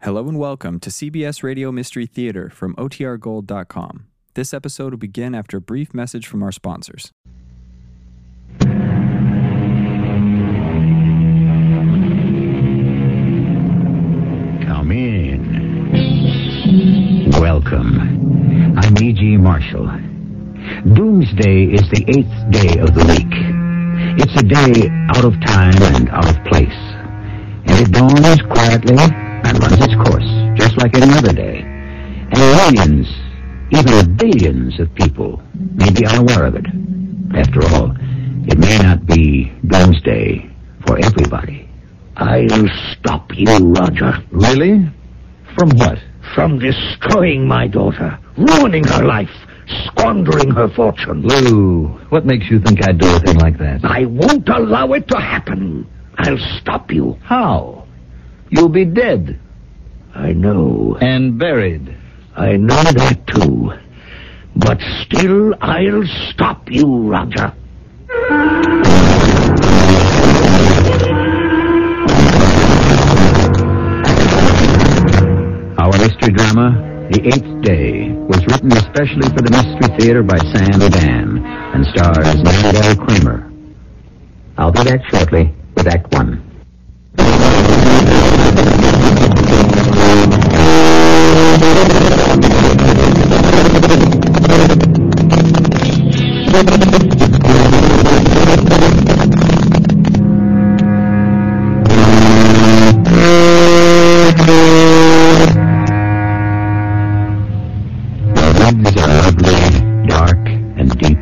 Hello and welcome to CBS Radio Mystery Theater from OTRGold.com. This episode will begin after a brief message from our sponsors. Come in. Welcome. I'm E.G. Marshall. Doomsday is the eighth day of the week. It's a day out of time and out of place. And it dawns quietly and runs its course, just like any other day. And millions, even billions of people may be unaware of it. After all, it may not be doomsday for everybody. I'll stop you, Roger. Really? From what? from destroying my daughter, ruining her life, squandering her fortune. Lou, what makes you think I'd do a thing like that? I won't allow it to happen. I'll stop you. How? You'll be dead I know. and buried. I know that too. But still, I'll stop you, Roger. Our mystery drama, The Eighth Day, was written especially for the Mystery Theater by Sam Dan and stars Mandel Kramer. I'll be back shortly with Act One. The woods are ugly, dark, and deep.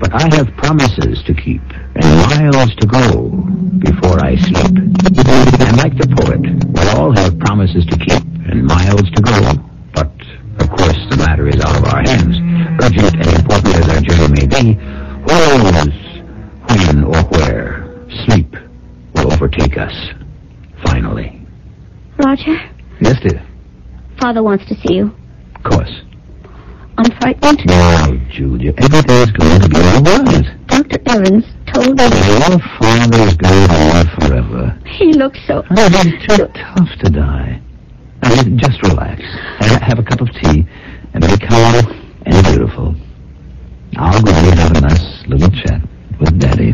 But I have promises to keep and miles to go before I sleep. And like the poet, we all have promises to keep and miles to go. But, of course, the matter is out of our hands. Urgent and important as our journey may be, who knows when or where sleep will overtake us, finally. Roger, Yes, dear. Father wants to see you. Of course. I'm frightened. Now, Julia, everything's going to be all right. Dr. Evans told me Your father's going to live forever. he looks so. Oh, he's too tough to die. I mean, just relax. Ha- Have a cup of tea, and be calm and beautiful. I'll go and have a nice little chat with Daddy.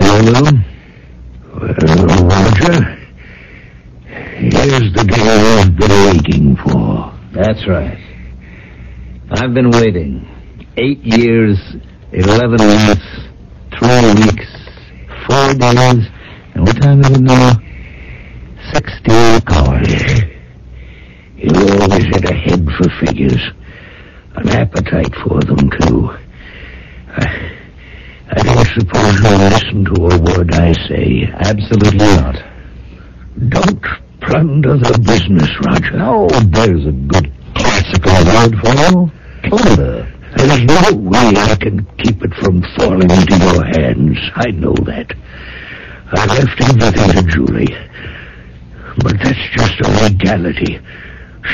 Hello? Well, Roger, here's the day I've been waiting for. That's right. I've been waiting. Eight years, eleven months, three weeks, four days, and what time is it now? Sixteen hours. You always had a head for figures, an appetite for them too. I, I don't suppose you'll listen to a word I say. Absolutely not. Don't plunder the business, Roger. No, there's a good classical word for it. Plunder. There's no way I can keep it from falling into your hands. I know that. I left everything to Julie. But that's just a legality.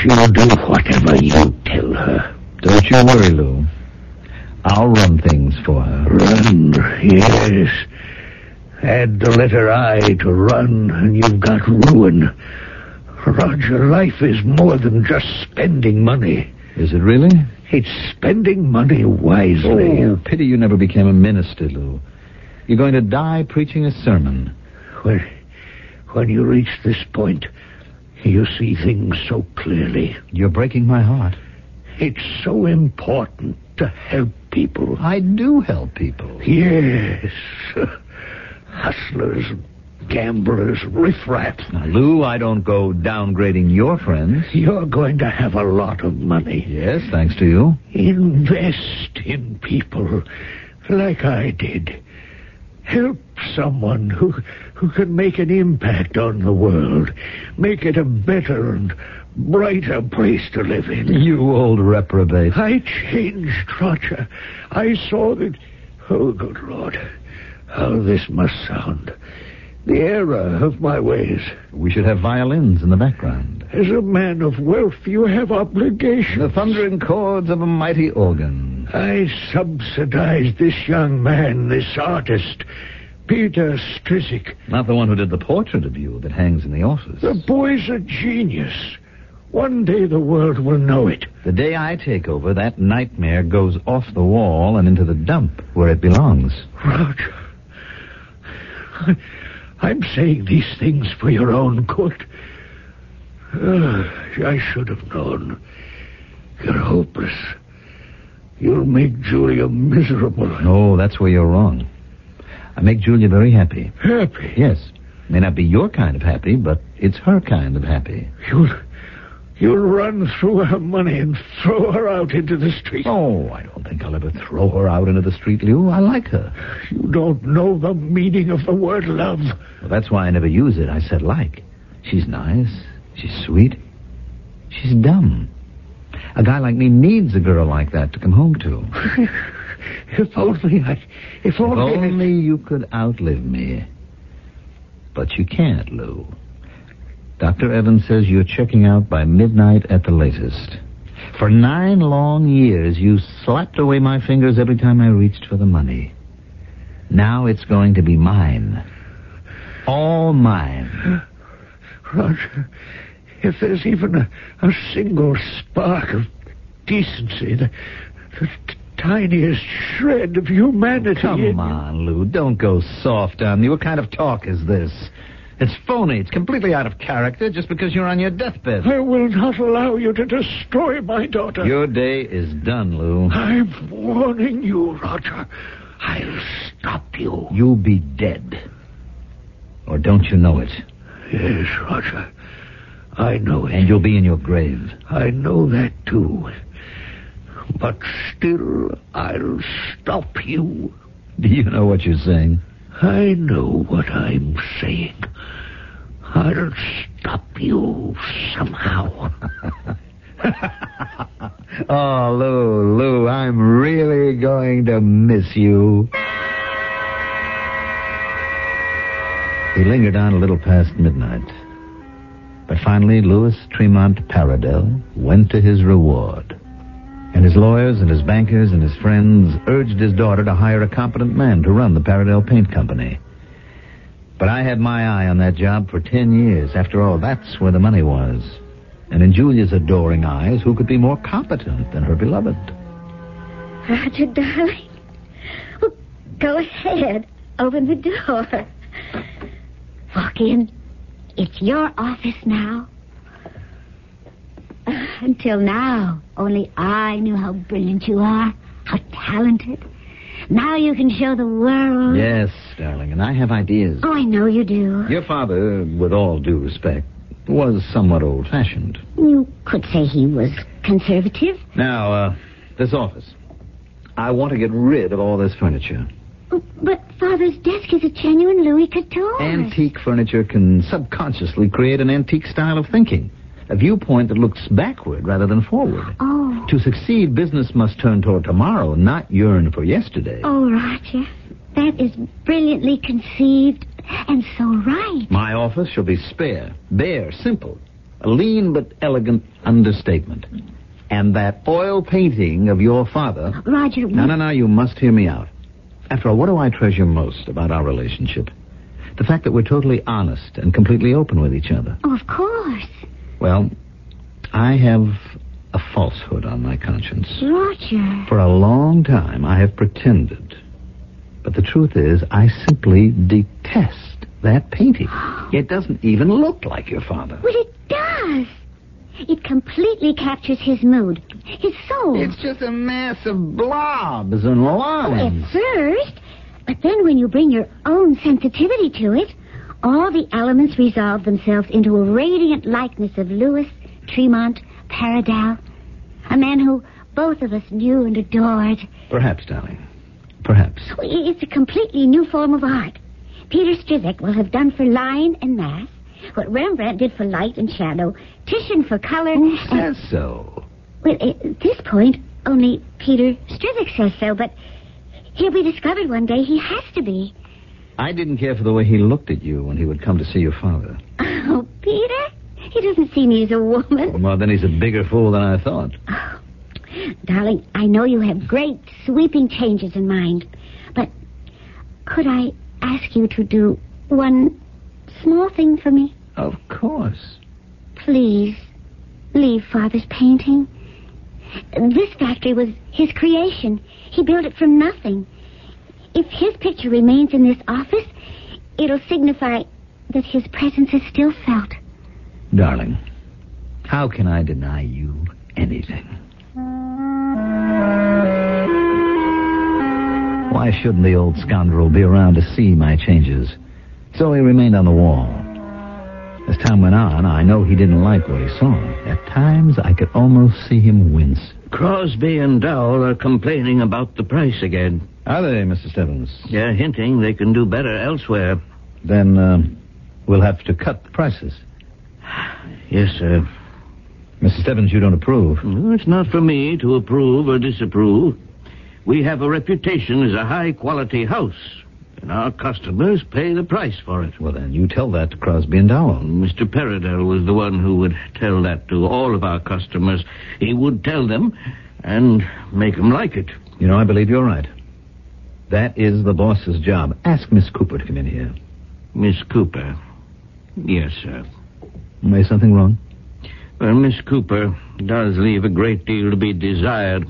She'll do whatever you tell her. Don't you worry, Lou. I'll run things for her. Run, yes. Add the letter I to run, and you've got ruin. Roger, life is more than just spending money. Is it really? It's spending money wisely. Oh, pity you never became a minister, Lou. You're going to die preaching a sermon. When, when you reach this point, you see things so clearly. You're breaking my heart. It's so important to help people. I do help people. Yes. Hustlers, gamblers, riffraff. Now, Lou, I don't go downgrading your friends. You're going to have a lot of money. Yes, thanks to you. Invest in people like I did. Help someone who, who can make an impact on the world, make it a better and brighter place to live in. You old reprobate. I changed, Roger. I saw that. Oh, good Lord. How this must sound. The error of my ways. We should have violins in the background. As a man of wealth, you have obligations. The thundering chords of a mighty organ. I subsidized this young man, this artist, Peter Strizzik. Not the one who did the portrait of you that hangs in the office. The boy's a genius. One day the world will know it. The day I take over, that nightmare goes off the wall and into the dump where it belongs. Roger, I- I'm saying these things for your own good. Ah, I should have known. You're hopeless. You'll make Julia miserable. No, that's where you're wrong. I make Julia very happy. Happy. Yes. May not be your kind of happy, but it's her kind of happy. You'll, you'll run through her money and throw her out into the street. Oh, I don't think I'll ever throw her out into the street, Lou. I like her. You don't know the meaning of the word love. Well, that's why I never use it. I said like. She's nice. She's sweet. She's dumb. A guy like me needs a girl like that to come home to. if only I, if If only, I- only you could outlive me. But you can't, Lou. Dr. Evans says you're checking out by midnight at the latest. For nine long years, you slapped away my fingers every time I reached for the money. Now it's going to be mine. All mine. Roger, if there's even a, a single spark of decency, the, the t- tiniest shred of humanity. in- Come on, Lou. Don't go soft on me. What kind of talk is this? It's phony. It's completely out of character just because you're on your deathbed. I will not allow you to destroy my daughter. Your day is done, Lou. I'm warning you, Roger. I'll stop you. You'll be dead. Or don't you know it? Yes, Roger. I know it. And you'll be in your grave. I know that too. But still, I'll stop you. Do you know what you're saying? I know what I'm saying. I'll stop you somehow. Oh, Lou, Lou, I'm really going to miss you. He lingered on a little past midnight. But finally, Louis Tremont Paradel went to his reward. And his lawyers and his bankers and his friends urged his daughter to hire a competent man to run the Paradel Paint Company. But I had my eye on that job for ten years. After all, that's where the money was. And in Julia's adoring eyes, who could be more competent than her beloved? Roger, darling. Oh, go ahead. Open the door. Walk in. It's your office now. Uh, Until now, only I knew how brilliant you are, how talented. Now you can show the world. Yes, darling, and I have ideas. Oh, I know you do. Your father, with all due respect, was somewhat old fashioned. You could say he was conservative. Now, uh, this office. I want to get rid of all this furniture. Oh, But Father's desk is a genuine Louis Couture. Antique furniture can subconsciously create an antique style of thinking, a viewpoint that looks backward rather than forward. Oh, To succeed, business must turn toward tomorrow, not yearn for yesterday. Oh, Roger, that is brilliantly conceived and so right. My office shall be spare, bare, simple, a lean but elegant understatement. And that oil painting of your father. Roger, No, no, no, you must hear me out. After all, what do I treasure most about our relationship? The fact that we're totally honest and completely open with each other. oh, of course. Well, I have a falsehood on my conscience. Roger, For a long time, I have pretended. But the truth is, I simply detest that painting. It doesn't even look like your father. well, it does. It completely captures his mood, his soul. It's just a mass of blobs and Oh, lines. At first, but then when you bring your own sensitivity to it, all the elements resolve themselves into a radiant likeness of Louis Tremont Paradal, a man who both of us knew and adored. Perhaps, darling. Perhaps. It's a completely new form of art. Peter Strzok will have done for line and mass what Rembrandt did for light and shadow, Titian for color. and, Says so. well, at this point, only Peter Strzok says so, but he'll be discovered one day. He has to be. I didn't care for the way he looked at you when he would come to see your father. Oh, Peter, he doesn't see me as a woman. Oh, Well, then he's a bigger fool than I thought. Darling, I know you have great, sweeping changes in mind, but could I ask you to do one small thing for me? Of course. Please, leave Father's painting. This factory was his creation. He built it from nothing. If his picture remains in this office, it'll signify that his presence is still felt. Darling, how can I deny you anything? Why shouldn't the old scoundrel be around to see my changes? So he remained on the wall. As time went on, I know he didn't like what he saw. At times, I could almost see him wince. Crosby and Dowell are complaining about the price again. Are they, Mr. Stebbins? They're hinting they can do better elsewhere. Then uh, we'll have to cut the prices. Yes, sir. Mr. Stebbins, you don't approve. Well, it's not for me to approve or disapprove. We have a reputation as a high quality house, and our customers pay the price for it. Well, then, you tell that to Crosby and Dowell. Mr. Peridot was the one who would tell that to all of our customers. He would tell them and make 'em like it. You know, I believe you're right. That is the boss's job. Ask Miss Cooper to come in here. Miss Cooper. Yes, sir. May something wrong? Well, Miss Cooper does leave a great deal to be desired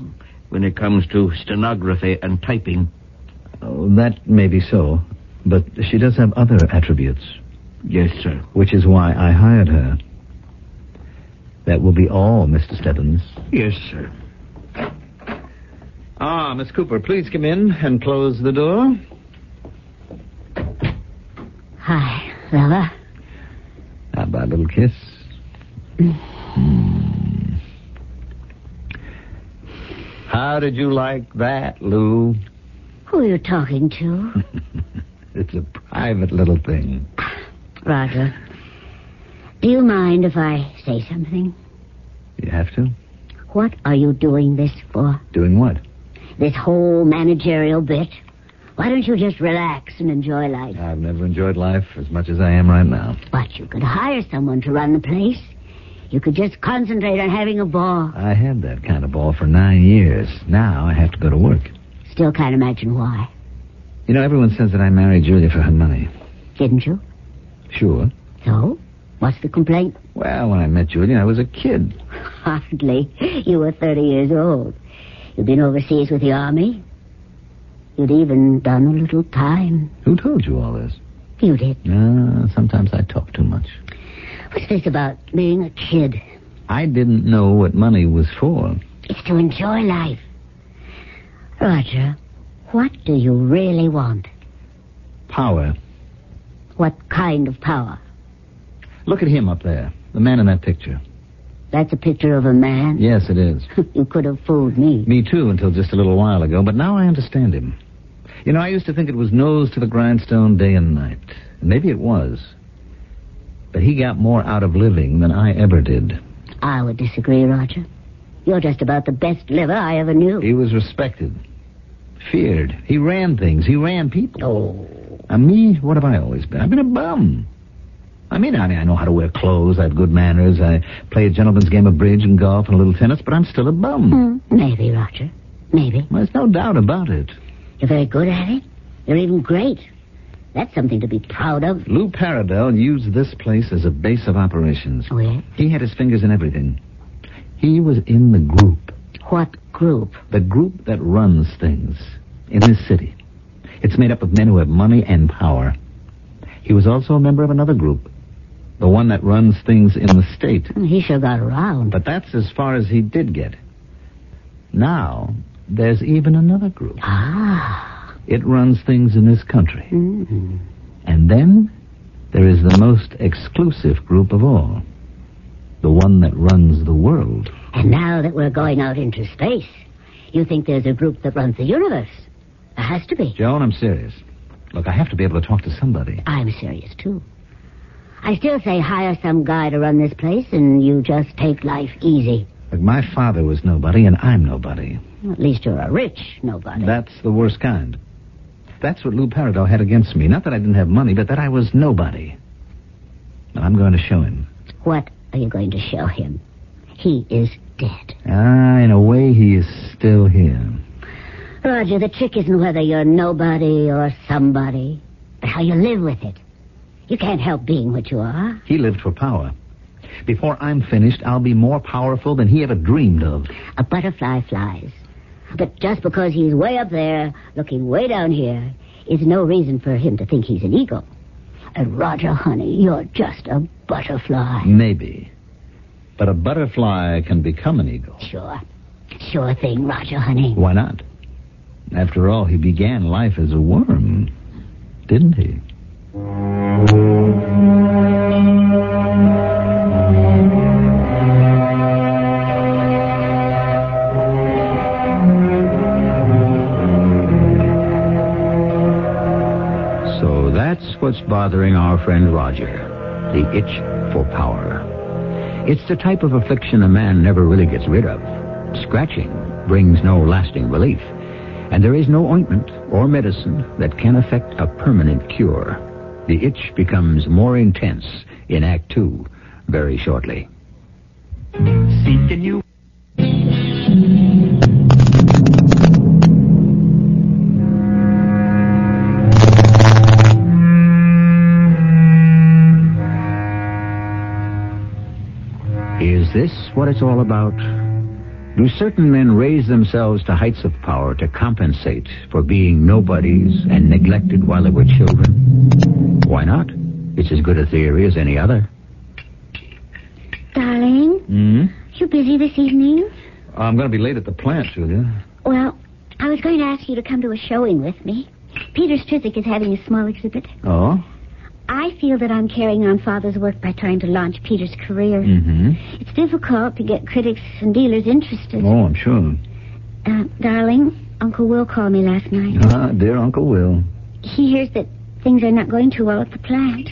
when it comes to stenography and typing. Oh, that may be so, but she does have other attributes, Yes, sir. which is why I hired her. That will be all, Mr. Stebbins. Yes, sir. Ah, Miss Cooper, please come in and close the door. Hi, Lella. How about a little kiss? Hmm. How did you like that, Lou? Who are you talking to? It's a private little thing. Roger. Do you mind if I say something? You have to? What are you doing this for? Doing what? This whole managerial bit? Why don't you just relax and enjoy life? I've never enjoyed life as much as I am right now. But you could hire someone to run the place. You could just concentrate on having a ball. I had that kind of ball for nine years. Now I have to go to work. Still can't imagine why. You know, everyone says that I married Julia for her money. Didn't you? Sure. So? What's the complaint? Well, when I met Julia, I was a kid. Hardly. You were 30 years old. You'd been overseas with the army. You'd even done a little time. Who told you all this? You did. Ah, sometimes I talk too much. What's this about being a kid? I didn't know what money was for. It's to enjoy life. Roger, what do you really want? Power. What kind of power? Look at him up there, the man in that picture. That's a picture of a man? Yes, it is. you could have fooled me. Me too, until just a little while ago, but now I understand him. You know, I used to think it was nose to the grindstone day and night. Maybe it was. But he got more out of living than I ever did. I would disagree, Roger. You're just about the best liver I ever knew. He was respected, feared. He ran things, he ran people. Oh. And me, what have I always been? I've been a bum. I mean, I mean, I know how to wear clothes, I have good manners, I play a gentleman's game of bridge and golf and a little tennis, but I'm still a bum. Hmm, Maybe, Roger. Maybe. There's no doubt about it. You're very good at it. You're even great. That's something to be proud of. Lou Paradell used this place as a base of operations. Oh, yeah? He had his fingers in everything. He was in the group, What group? the group that runs things in this city. It's made up of men who have money and power. He was also a member of another group, the one that runs things in the state. Hmm, He sure got around. But that's as far as he did get. Now, there's even another group. Ah. It runs things in this country. hmm And then there is the most exclusive group of all the one that runs the world. And now that we're going out into space, you think there's a group that runs the universe? There has to be. Joan, I'm serious. Look, I have to be able to talk to somebody. I'm serious, too. I still say hire some guy to run this place and you just take life easy. Look, my father was nobody, and I'm nobody. At least you're a rich nobody. That's the worst kind. That's what Lou Parador had against me. Not that I didn't have money, but that I was nobody. And I'm going to show him. What are you going to show him? He is dead. Ah, in a way, he is still here. Roger, the trick isn't whether you're nobody or somebody. but how you live with it. You can't help being what you are. He lived for power. Before I'm finished, I'll be more powerful than he ever dreamed of. A butterfly flies. But just because he's way up there, looking way down here, is no reason for him to think he's an eagle. And Roger, honey, you're just a Mm. butterfly. Maybe. But a butterfly can become an eagle. Sure. Sure thing, Roger, honey. Why not? After all, he began life as a worm, didn't he? So that's what's bothering our friend Roger the itch for power. It's the type of affliction a man never really gets rid of. Scratching brings no lasting relief, and there is no ointment or medicine that can effect a permanent cure. The itch becomes more intense in Act Two very shortly. Seeking you. Is this what it's all about? Do certain men raise themselves to heights of power to compensate for being nobodies and neglected while they were children? Why not? It's as good a theory as any other. Darling, Hmm? you busy this evening? I'm going to be late at the plant, Julia. Well, I was going to ask you to come to a showing with me. Peter Stritzick is having a small exhibit. Oh? I feel that I'm carrying on Father's work by trying to launch Peter's career. Mm-hmm. It's difficult to get critics and dealers interested. Oh, I'm sure. Uh, darling, Uncle Will called me last night. Ah, dear Uncle Will. He hears that things are not going too well at the plant.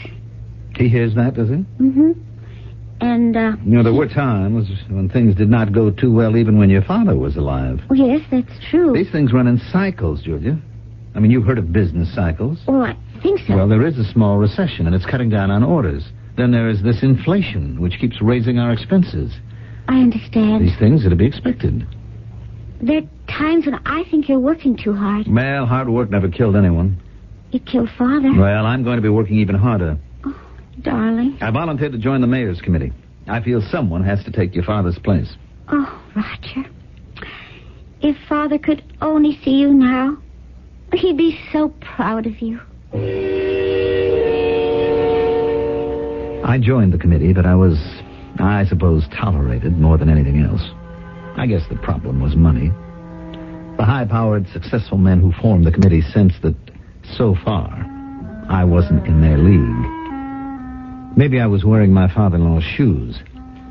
He hears that, does he? Mm-hmm. And, uh, You know, there were times when things did not go too well even when your father was alive. oh, yes, that's true. These things run in cycles, Julia. I mean, you've heard of business cycles. Oh, I think so. Well, there is a small recession, and it's cutting down on orders. Then there is this inflation, which keeps raising our expenses. I understand. These things are to be expected. There are times when I think you're working too hard. Well, hard work never killed anyone. You killed Father. Oh, Well, I'm going to be working even harder. Darling. I volunteered to join the mayor's committee. I feel someone has to take your father's place. Oh, Roger. If Father could only see you now, he'd be so proud of you. I joined the committee, but I was, I suppose, tolerated more than anything else. I guess the problem was money. The high powered, successful men who formed the committee sensed that, so far, I wasn't in their league. Maybe I was wearing my father in law's shoes,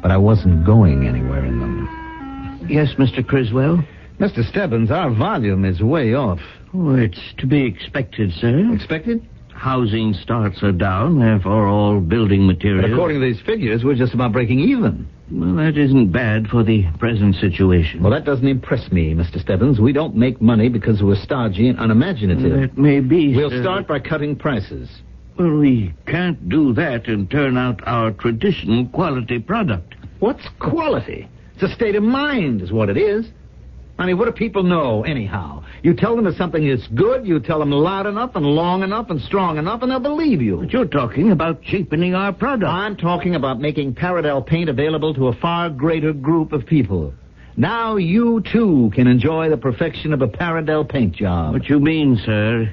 but I wasn't going anywhere in them. Yes, Mr. Criswell? Mr. Stebbins, our volume is way off. Oh, it's to be expected, sir. Expected? Housing starts are down, therefore all building But materials. according to these figures, we're just about breaking even. Well, that isn't bad for the present situation. Well, that doesn't impress me, Mr. Stebbins. We don't make money because we're stodgy and unimaginative. that may be. We'll sir. start by cutting prices. Well, we can't do that and turn out our traditional quality product. What's quality? It's a state of mind, is what it is. I mean, what do people know, anyhow? You tell them if something is good, you tell them loud enough and long enough and strong enough, and they'll believe you. But you're talking about cheapening our product. I'm talking about making Paradel paint available to a far greater group of people. Now you too can enjoy the perfection of a Paradel paint job. What you mean, sir,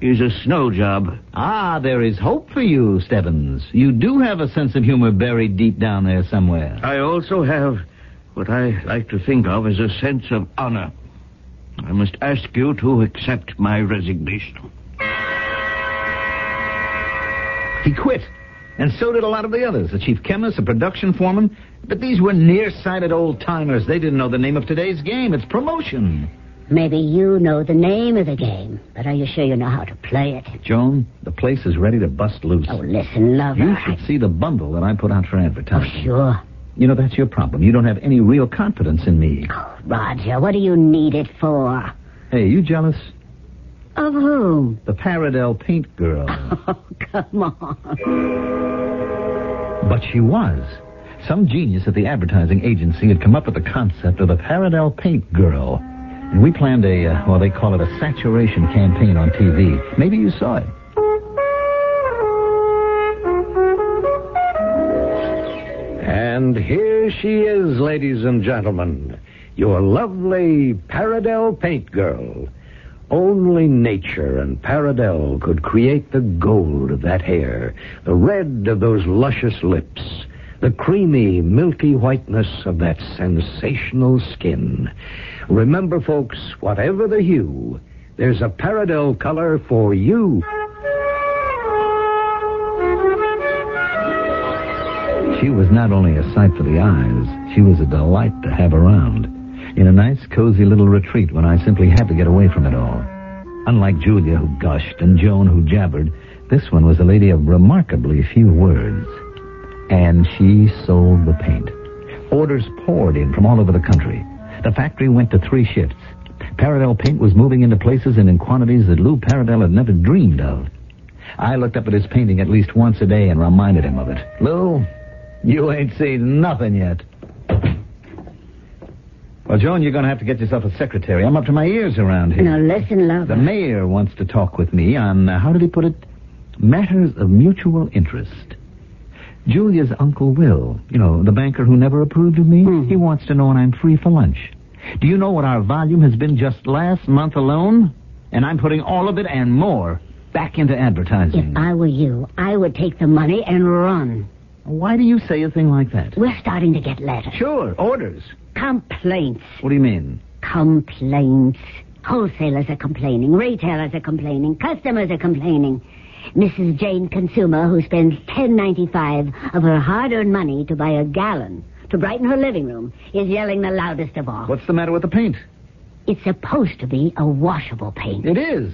is a snow job. Ah, there is hope for you, Stebbins. You do have a sense of humor buried deep down there somewhere. I also have what I like to think of as a sense of honor. I must ask you to accept my resignation. He quit. And so did a lot of the others the chief chemist, the production foreman. But these were nearsighted old timers. They didn't know the name of today's game. It's promotion. Maybe you know the name of the game, but are you sure you know how to play it? Joan, the place is ready to bust loose. Oh, listen, lover. you should see the bundle that I put out for Oh, advertising. sure. You know, that's your problem. You don't have any real confidence in me. Oh, Roger, what do you need it for? Hey, you jealous? Of whom? The Paradel paint girl. Oh, come on. But she was. Some genius at the advertising agency had come up with the concept of the Paradel Paint Girl. And we planned a, uh, well, they call it a saturation campaign on TV. Maybe you saw it. And here she is, ladies and gentlemen, your lovely Paradell paint girl. Only nature and Paradell could create the gold of that hair, the red of those luscious lips, the creamy, milky whiteness of that sensational skin. Remember, folks, whatever the hue, there's a Paradell color for you. She was not only a sight for the eyes, she was a delight to have around. In a nice, cozy little retreat when I simply had to get away from it all. Unlike Julia, who gushed, and Joan, who jabbered, this one was a lady of remarkably few words. And she sold the paint. Orders poured in from all over the country. The factory went to three shifts. Paradel paint was moving into places and in quantities that Lou Paradel had never dreamed of. I looked up at his painting at least once a day and reminded him of it. Lou, you ain't seen nothing yet. Well, Joan, you're going to have to get yourself a secretary. I'm up to my ears around here. Now listen, love. The mayor wants to talk with me on, uh, how did he put it? Matters of mutual interest. Julia's uncle Will, you know, the banker who never approved of me, Mm-hmm. he wants to know when I'm free for lunch. Do you know what our volume has been just last month alone? And I'm putting all of it and more back into advertising. If I were you, I would take the money and run. Why do you say a thing like that? We're starting to get letters. Sure, orders. Complaints. What do you mean? Complaints. Wholesalers are complaining. Retailers are complaining. Customers are complaining. Mrs. Jane Consumer, who spends ten ninety five of her hard earned money to buy a gallon to brighten her living room, is yelling the loudest of all. What's the matter with the paint? It's supposed to be a washable paint. It is.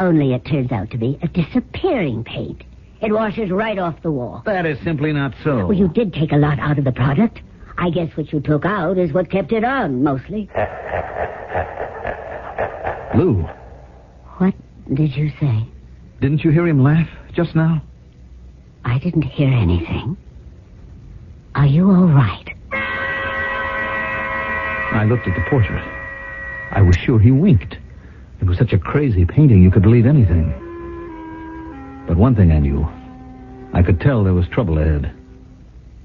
Only it turns out to be a disappearing paint. It washes right off the wall. That is simply not so. Well, you did take a lot out of the product. I guess what you took out is what kept it on, mostly. Lou, What did you say? didn't you hear him laugh just now? I didn't hear anything. Are you all right? I looked at the portrait. I was sure he winked. It was such a crazy painting, you could believe anything. But one thing I knew I could tell there was trouble ahead.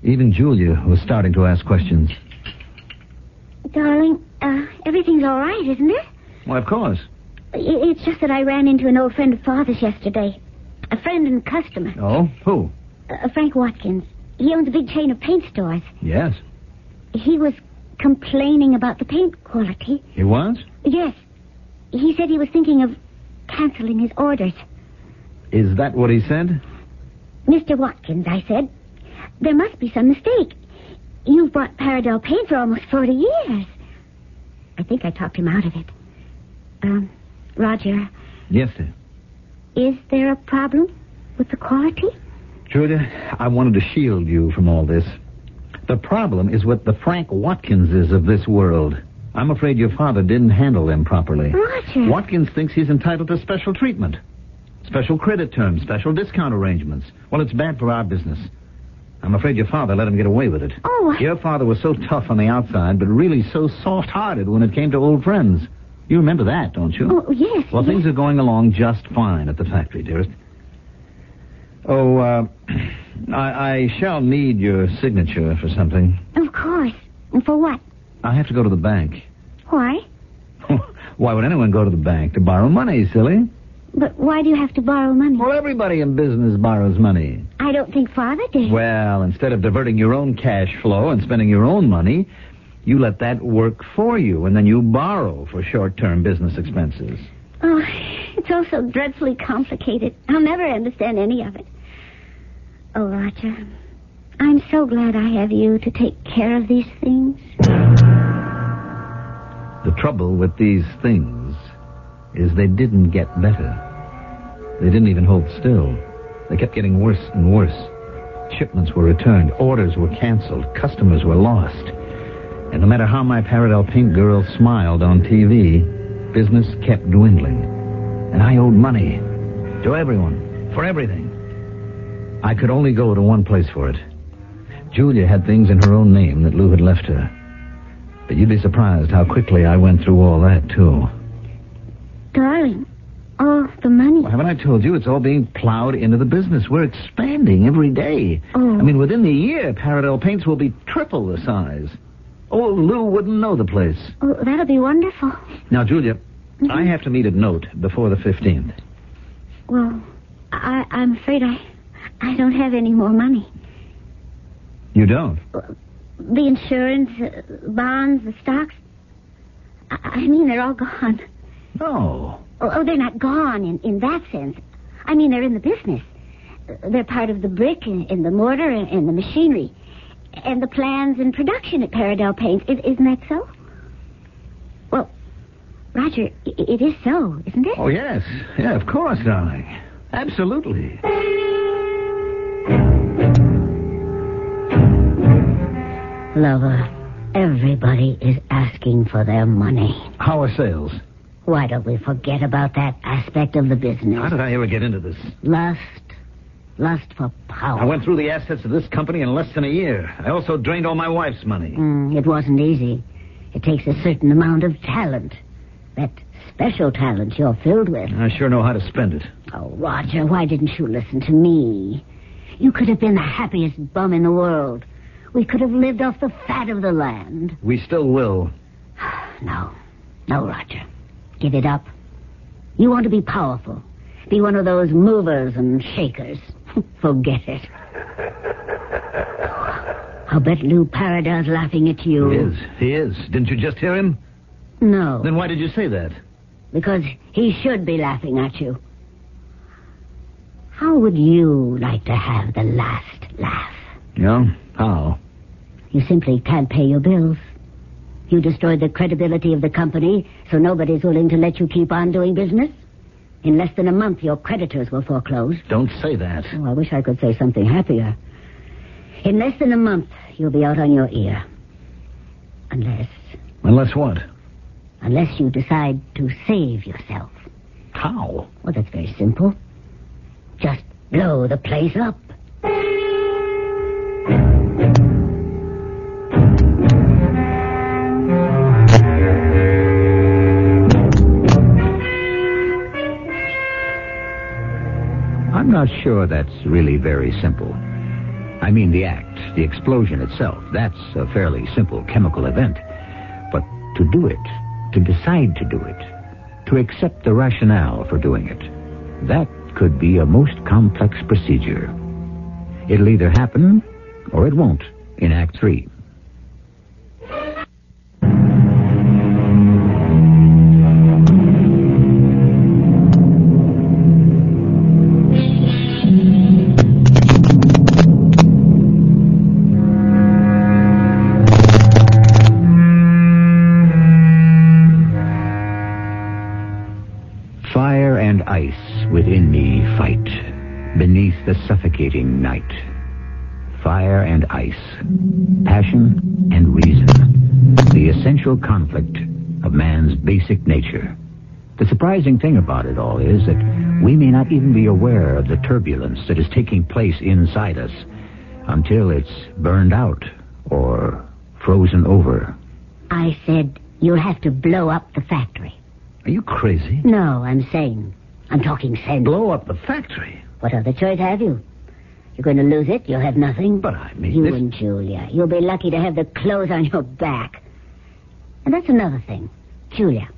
Even Julia was starting to ask questions. Darling, uh, everything's all right, isn't it? Why, of course. It's just that I ran into an old friend of father's yesterday. A friend and customer, Oh? Who? uh, Frank Watkins. He owns a big chain of paint stores. Yes. He was complaining about the paint quality. He was? Yes. He said he was thinking of canceling his orders. Is that what he said? Mr. Watkins, I said, there must be some mistake. You've bought Paradol paint for almost 40 years. I think I talked him out of it. Um, Roger, Yes, sir. is there a problem with the quality? Julia, I wanted to shield you from all this. The problem is what the Frank Watkinses of this world. I'm afraid your father didn't handle them properly. Roger. Watkins thinks he's entitled to special treatment. Special credit terms, special discount arrangements. Well, it's bad for our business. I'm afraid your father let him get away with it. Oh, I- Your father was so tough on the outside, but really so soft-hearted when it came to old friends. You remember that, don't you? Oh, yes. Well, yes. things are going along just fine at the factory, dearest. Oh, uh, I, I shall need your signature for something. Of course. And for what? I have to go to the bank. Why? Why would anyone go to the bank to borrow money, silly? But why do you have to borrow money? Well, everybody in business borrows money. I don't think Father did. Well, instead of diverting your own cash flow and spending your own money, you let that work for you, and then you borrow for short-term business expenses. Oh, it's all so dreadfully complicated. I'll never understand any of it. Oh, Roger, I'm so glad I have you to take care of these things. The trouble with these things is they didn't get better. They didn't even hold still. They kept getting worse and worse. Shipments were returned, orders were canceled, customers were lost. And no matter how my Paradel Pink girl smiled on TV, business kept dwindling. And I owed money to everyone, for everything. I could only go to one place for it. Julia had things in her own name that Lou had left her. But you'd be surprised how quickly I went through all that, too. Darling, all the money. haven't I told you it's all being plowed into the business? We're expanding every day. Oh. I mean, within the year, Paradel Paints will be triple the size. Oh, Lou wouldn't know the place. Oh, that'll be wonderful. Now, Julia, I have to need a note before the 15th. Well, I, I'm afraid I, I don't have any more money. You don't? The insurance, uh, bonds, the stocks. I, I mean, they're all gone. No. Oh, oh, they're not gone in, in that sense. I mean, they're in the business. Uh, They're part of the brick and, and the mortar and, and the machinery. And the plans and production at Paradel Paints. I- Isn't that so? Well, Roger, i- it is so, isn't it? Oh, yes. Yeah, of course, darling. Absolutely. Lover, everybody is asking for their money. How are sales? Why don't we forget about that aspect of the How business? did I ever get into this? Lust. Lust for power. I went through the assets of this company in less than a year. I also drained all my wife's money. Mm, it wasn't easy. It takes a certain amount of talent. That special talent you're filled with. I sure know how to spend it. Oh, Roger, why didn't you listen to me? You could have been the happiest bum in the world. We could have lived off the fat of the land. We still will. No. No, Roger. Give it up. You want to be powerful. Be one of those movers and shakers. Forget it. I'll bet Lou Paradise laughing at you. He is. He is. Didn't you just hear him? No. Then why did you say that? Because he should be laughing at you. How would you like to have the last laugh? Yeah? How? You simply can't pay your bills. You destroyed the credibility of the company, so nobody's willing to let you keep on doing business. In less than a month, your creditors will foreclose. Don't say that. Oh, I wish I could say something happier. In less than a month, you'll be out on your ear. Unless, Unless what? unless you decide to save yourself. How? Well, that's very simple. Just blow the place up. I'm not sure that's really very simple. I mean, the act, the explosion itself, that's a fairly simple chemical event. But to do it, to decide to do it, to accept the rationale for doing it, that could be a most complex procedure. It'll either happen or it won't in Act Three. Fire and ice within me fight beneath the suffocating night. Fire and ice, passion and reason, the essential conflict of man's basic nature. The surprising thing about it all is that we may not even be aware of the turbulence that is taking place inside us until it's burned out or frozen over. I said you'll have to blow up the factory. Are you crazy? No, I'm saying. I'm talking sense. Blow up the factory? What other choice have you? You're going to lose it. You'll have nothing. But I mean, you this... and Julia, you'll be lucky to have the clothes on your back. And that's another thing, Julia.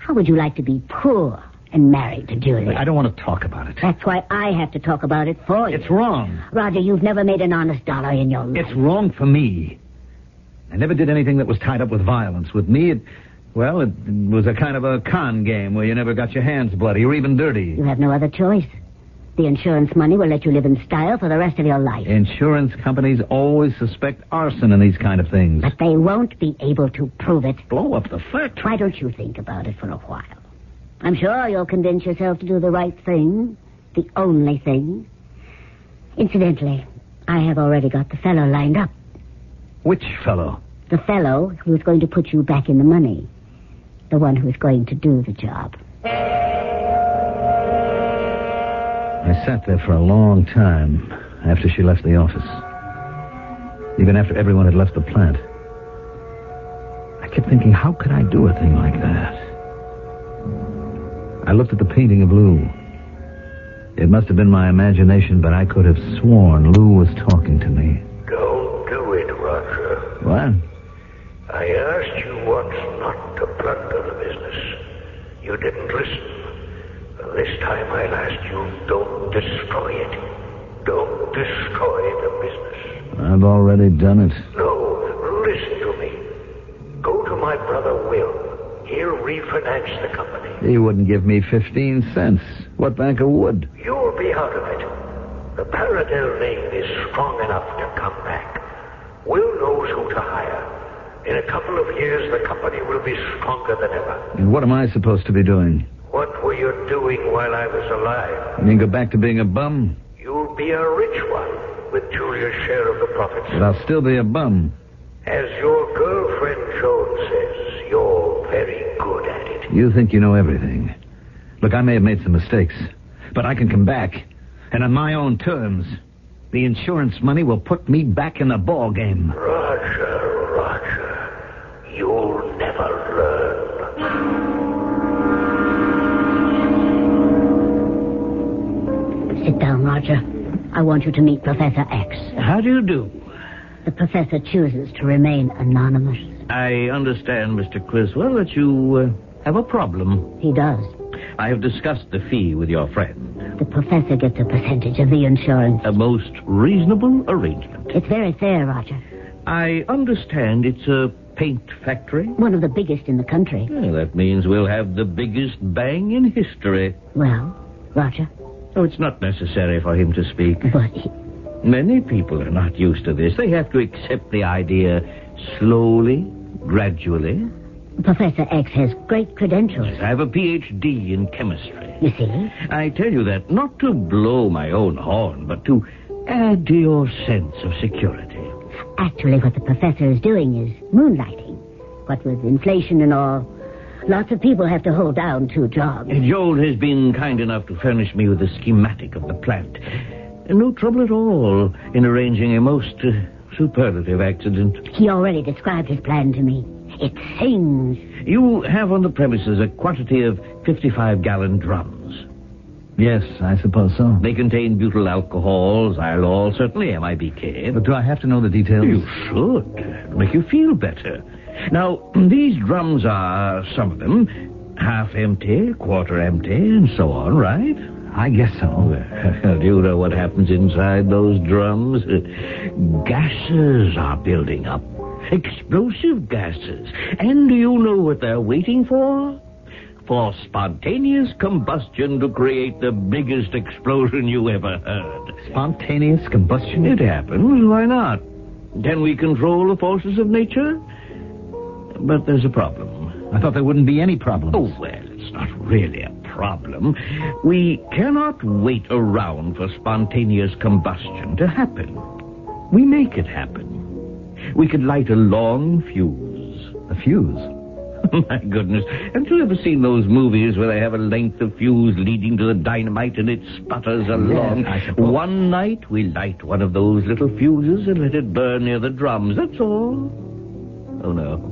How would you like to be poor and married to Julia? I don't want to talk about it. That's why I have to talk about it for you. It's wrong. Roger, you've never made an honest dollar in your life. It's wrong for me. I never did anything that was tied up with violence. With me, it, well, it was a kind of a con game where you never got your hands bloody or even dirty. You have no other choice. The insurance money will let you live in style for the rest of your life. Insurance companies always suspect arson and these kind of things. But they won't be able to prove it. Blow up the factory. Why don't you think about it for a while? I'm sure you'll convince yourself to do the right thing, the only thing. Incidentally, I have already got the fellow lined up. Which fellow? The fellow who's going to put you back in the money. The one who's going to do the job. I sat there for a long time after she left the office. Even after everyone had left the plant. I kept thinking, how could I do a thing like that? I looked at the painting of Lou. It must have been my imagination, but I could have sworn Lou was talking to me. Don't do it, Roger. What? I asked you once not to plunder the business. You didn't listen. And This time I'll ask you, don't destroy it. Don't destroy the business. I've already done it. No, listen to me. Go to my brother Will. He'll refinance the company. He wouldn't give me 15 cents. What banker would? You'll be out of it. The Paradell name is strong enough to come back. Will knows who to hire. In a couple of years, the company will be stronger than ever. And what am I supposed to be doing? What were you doing while I was alive? I mean, go back to being a bum? You'll be a rich one with Julia's share of the profits. But I'll still be a bum. As your girlfriend Joan says, you're very good at it. You think you know everything. Look, I may have made some mistakes, but I can come back, and on my own terms. The insurance money will put me back in the ball game. Roger, Roger, you'll never learn. Sit down, Roger. I want you to meet Professor X. How do you do? The professor chooses to remain anonymous. I understand, Mr. Criswell, that you uh, have a problem. He does. I have discussed the fee with your friend. The professor gets a percentage of the insurance. A most reasonable arrangement. It's very fair, Roger. I understand it's a paint factory. One of the biggest in the country. Well, that means we'll have the biggest bang in history. Well, Roger, Oh, it's not necessary for him to speak. but he, Many people are not used to this. They have to accept the idea slowly, gradually. Professor X has great credentials. I have a PhD in chemistry. You see, I tell you that not to blow my own horn, but to add to your sense of security. actually what the professor is doing is moonlighting. What with inflation and all, lots of people have to hold down two jobs. Joel has been kind enough to furnish me with a schematic of the plant. No trouble at all in arranging a most uh, superlative accident. He already described his plan to me. It sings. You have on the premises a quantity of 55 gallon drums. Yes, I suppose so. They contain butyl alcohol, xylol, certainly MIBK. But do I have to know the details? You should. It'll make you feel better. Now, these drums are, some of them, half empty, quarter empty, and so on, right? I guess so. Well, do you know what happens inside those drums? Gases are building up. Explosive gases. And do you know what they're waiting for? For spontaneous combustion to create the biggest explosion you ever heard. Spontaneous combustion? It happens, why not? Can we control the forces of nature? But there's a problem. I thought there wouldn't be any problems. Oh, well, it's not really a problem. We cannot wait around for spontaneous combustion to happen. We make it happen. We could light a long fuse. A fuse. My goodness. Have you ever seen those movies where they have a length of fuse leading to the dynamite and it sputters along? I suppose. one night we light one of those little fuses and let it burn near the drums. That's all. Oh, no.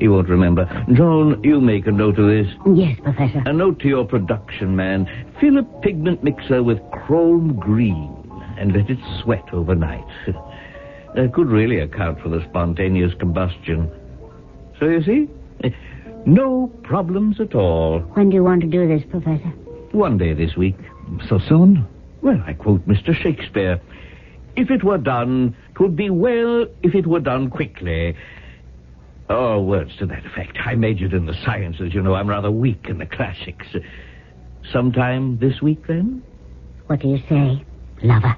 He won't remember. John, you make a note of this. Yes, Professor. A note to your production man. Fill a pigment mixer with chrome green and let it sweat overnight. That could really account for the spontaneous combustion. So you see, no problems at all. When do you want to do this, Professor? One day this week. So soon? Well, I quote Mr. Shakespeare. If it were done, 'twould be well if it were done quickly. Oh, words to that effect. I majored in the sciences, you know. I'm rather weak in the classics. Sometime this week, then? What do you say, lover?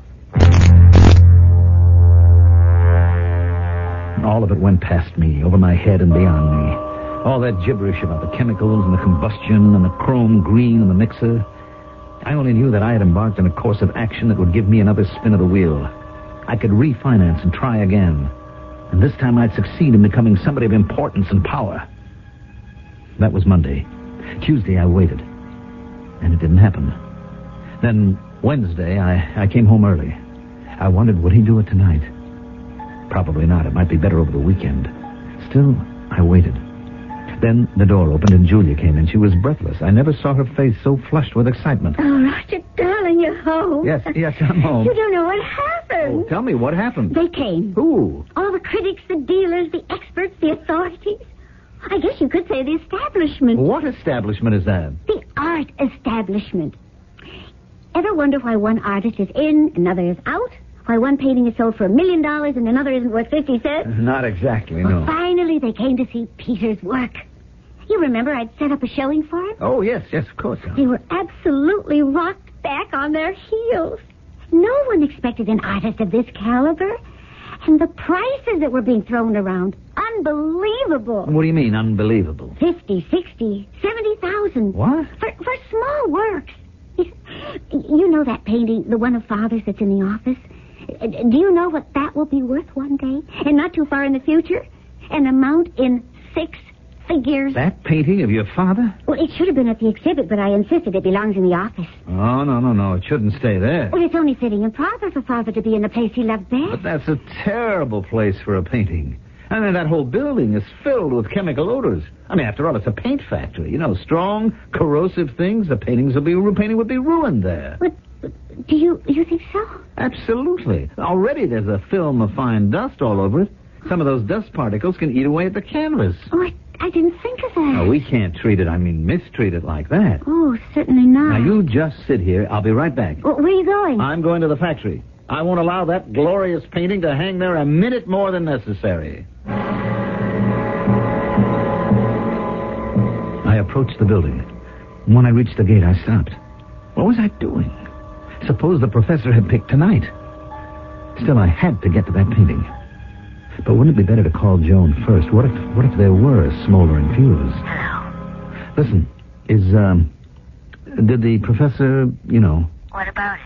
All of it went past me, over my head and beyond me. All that gibberish about the chemicals and the combustion and the chrome green and the mixer. I only knew that I had embarked on a course of action that would give me another spin of the wheel. I could refinance and try again. And this time I'd succeed in becoming somebody of importance and power. That was Monday. Tuesday I waited. And it didn't happen. Then Wednesday I, I came home early. I wondered, would he do it tonight? Probably not. It might be better over the weekend. Still, I waited. Then the door opened and Julia came in. She was breathless. I never saw her face so flushed with excitement. Oh, Roger, darling, you're home. Yes, yes, I'm home. You don't know what happened. Oh, tell me what happened. They came. Who? All the critics, the dealers, the experts, the authorities. I guess you could say the establishment. What establishment is that? The art establishment. Ever wonder why one artist is in, another is out? Why one painting is sold for a million dollars and another isn't worth 50 cents? Not exactly, no. Finally, they came to see Peter's work. You remember I'd set up a showing for him? Oh, yes, yes, of course. They were absolutely rocked back on their heels. No one expected an artist of this caliber. And the prices that were being thrown around, unbelievable. What do you mean, unbelievable? Fifty, sixty, seventy thousand What? For, for small works. You know that painting, the one of Father's that's in the office? Uh, Do you know what that will be worth one day? And not too far in the future? An amount in six figures. That painting of your father? Well, it should have been at the exhibit, but I insisted it belongs in the office. Oh, no, no, no. It shouldn't stay there. Well, it's only fitting and proper for Father to be in the place he loved best. But that's a terrible place for a painting. I mean, that whole building is filled with chemical odors. I mean, after all, it's a paint factory. You know, strong, corrosive things. The paintings will be painting would be ruined there. But, do you you think so? Absolutely. Already there's a film of fine dust all over it. Some of those dust particles can eat away at the canvas. Oh, I, I didn't think of that. Now, Oh, we can't treat it. I mean, mistreat it like that. Oh, certainly not. Now, you just sit here. I'll be right back. Well, where are you going? I'm going to the factory. I won't allow that glorious painting to hang there a minute more than necessary. I approached the building. When I reached the gate, I stopped. What was I doing? Suppose the professor had picked tonight. Still, I had to get to that painting. But wouldn't it be better to call Joan first? What if, what if there were smoldering fuse? Listen, is, um, did the professor, you know, What about it?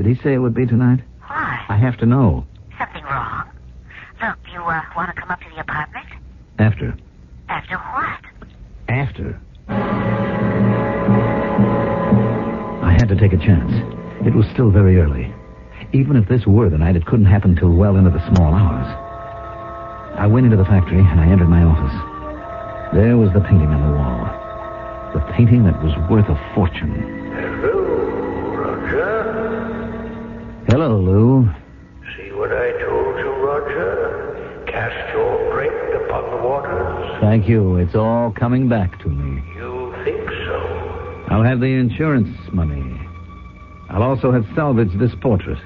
did he say it would be tonight? Why? I have to know. Something wrong? Look, you uh, want to come up to the apartment? After. After what? After. I had to take a chance. It was still very early. Even if this were the night, it couldn't happen till well into the small hours. I went into the factory and I entered my office. There was the painting on the wall. The painting that was worth a fortune. Hello, Roger. Hello, Lou. See what I told you, Roger? Cast your break upon the waters. Thank you. It's all coming back to me. You think so? I'll have the insurance money. I'll also have salvaged this portrait.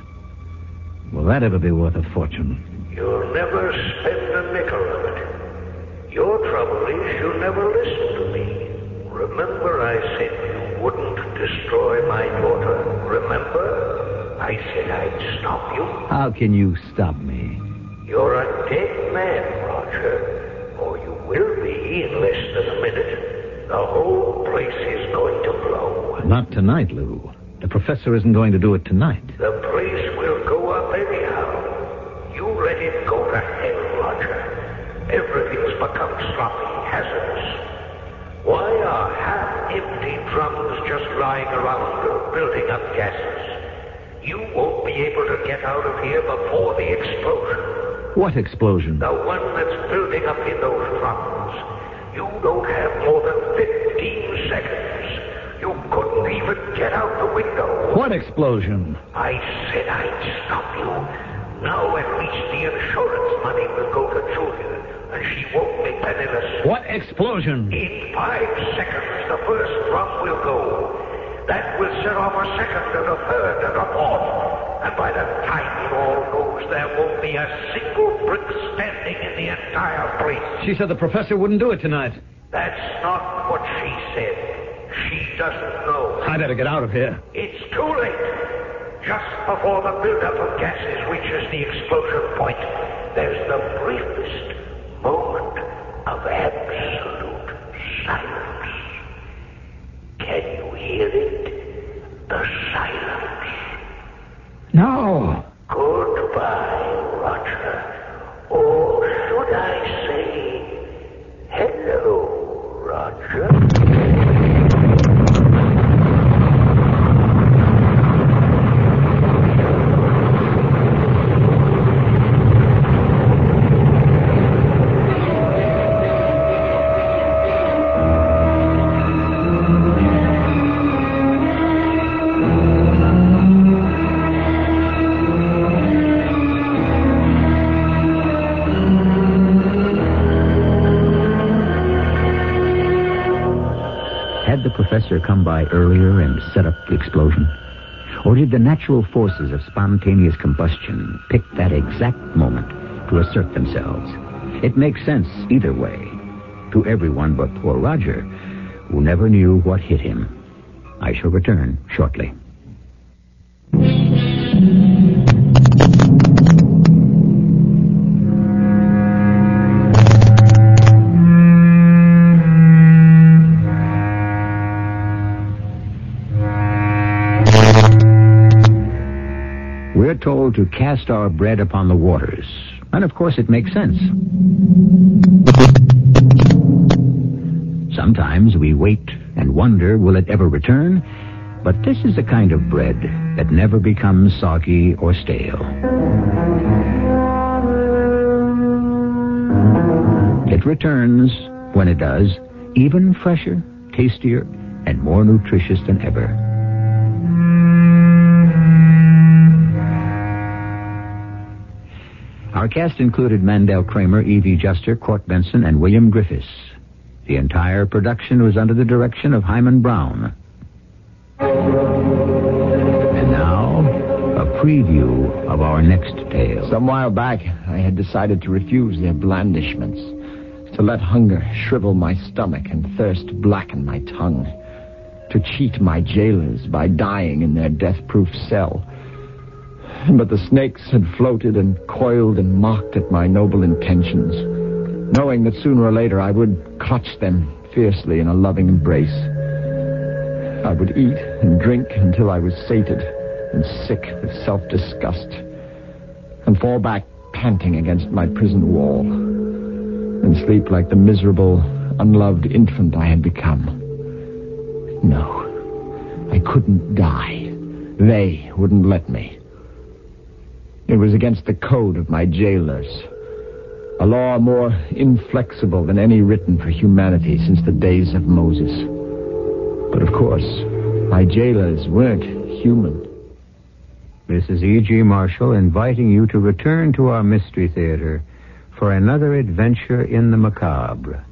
Will that ever be worth a fortune? You'll never spend a nickel of it. Your trouble is you never listen to me. Remember I said you wouldn't destroy my daughter. Remember? I said I'd stop you. How can you stop me? You're a dead man, Roger. Or you will be in less than a minute. The whole place is going to blow. Not tonight, Lou. The professor isn't going to do it tonight. The place will go up anyhow. You let it go to hell, Roger. Everything's become sloppy, hazardous. Why are half-empty drums just lying around or building up gases? You won't be able to get out of here before the explosion. What explosion? The one that's building up in those drums. You don't have more than 15 seconds. You couldn't even get out the window. What explosion? I said I'd stop you. Now at least the insurance money will go to Julia, and she won't be penniless. What explosion? In five seconds, the first drum will go. That will set off a second and a third and a fourth. And by the time it all goes, there won't be a single brick standing in the entire place. She said the professor wouldn't do it tonight. That's not what she said. She doesn't know. I better get out of here. It's too late. Just before the buildup of gases reaches the explosion point, there's the briefest moment of absolute silence. Can you hear it? The silence. No. Goodbye, Roger. Or should I say, hello, Roger? professor come by earlier and set up the explosion? Or did the natural forces of spontaneous combustion pick that exact moment to assert themselves? It makes sense either way to everyone but poor Roger, who never knew what hit him. I shall return shortly. We're told to cast our bread upon the waters. And of course, it makes sense. Sometimes we wait and wonder will it ever return, but this is the kind of bread that never becomes soggy or stale. It returns, when it does, even fresher, tastier, and more nutritious than ever. Our cast included Mandel Kramer, Evie Juster, Court Benson, and William Griffiths. The entire production was under the direction of Hyman Brown. And now, a preview of our next tale. Some while back, I had decided to refuse their blandishments, to let hunger shrivel my stomach and thirst blacken my tongue, to cheat my jailers by dying in their death proof cell. But the snakes had floated and coiled and mocked at my noble intentions, knowing that sooner or later I would clutch them fiercely in a loving embrace. I would eat and drink until I was sated and sick with self disgust, and fall back panting against my prison wall, and sleep like the miserable, unloved infant I had become. No, I couldn't die. They wouldn't let me. It was against the code of my jailers. A law more inflexible than any written for humanity since the days of Moses. But of course, my jailers weren't human. Mrs. E.G. E Marshall inviting you to return to our Mystery Theater for another adventure in the macabre.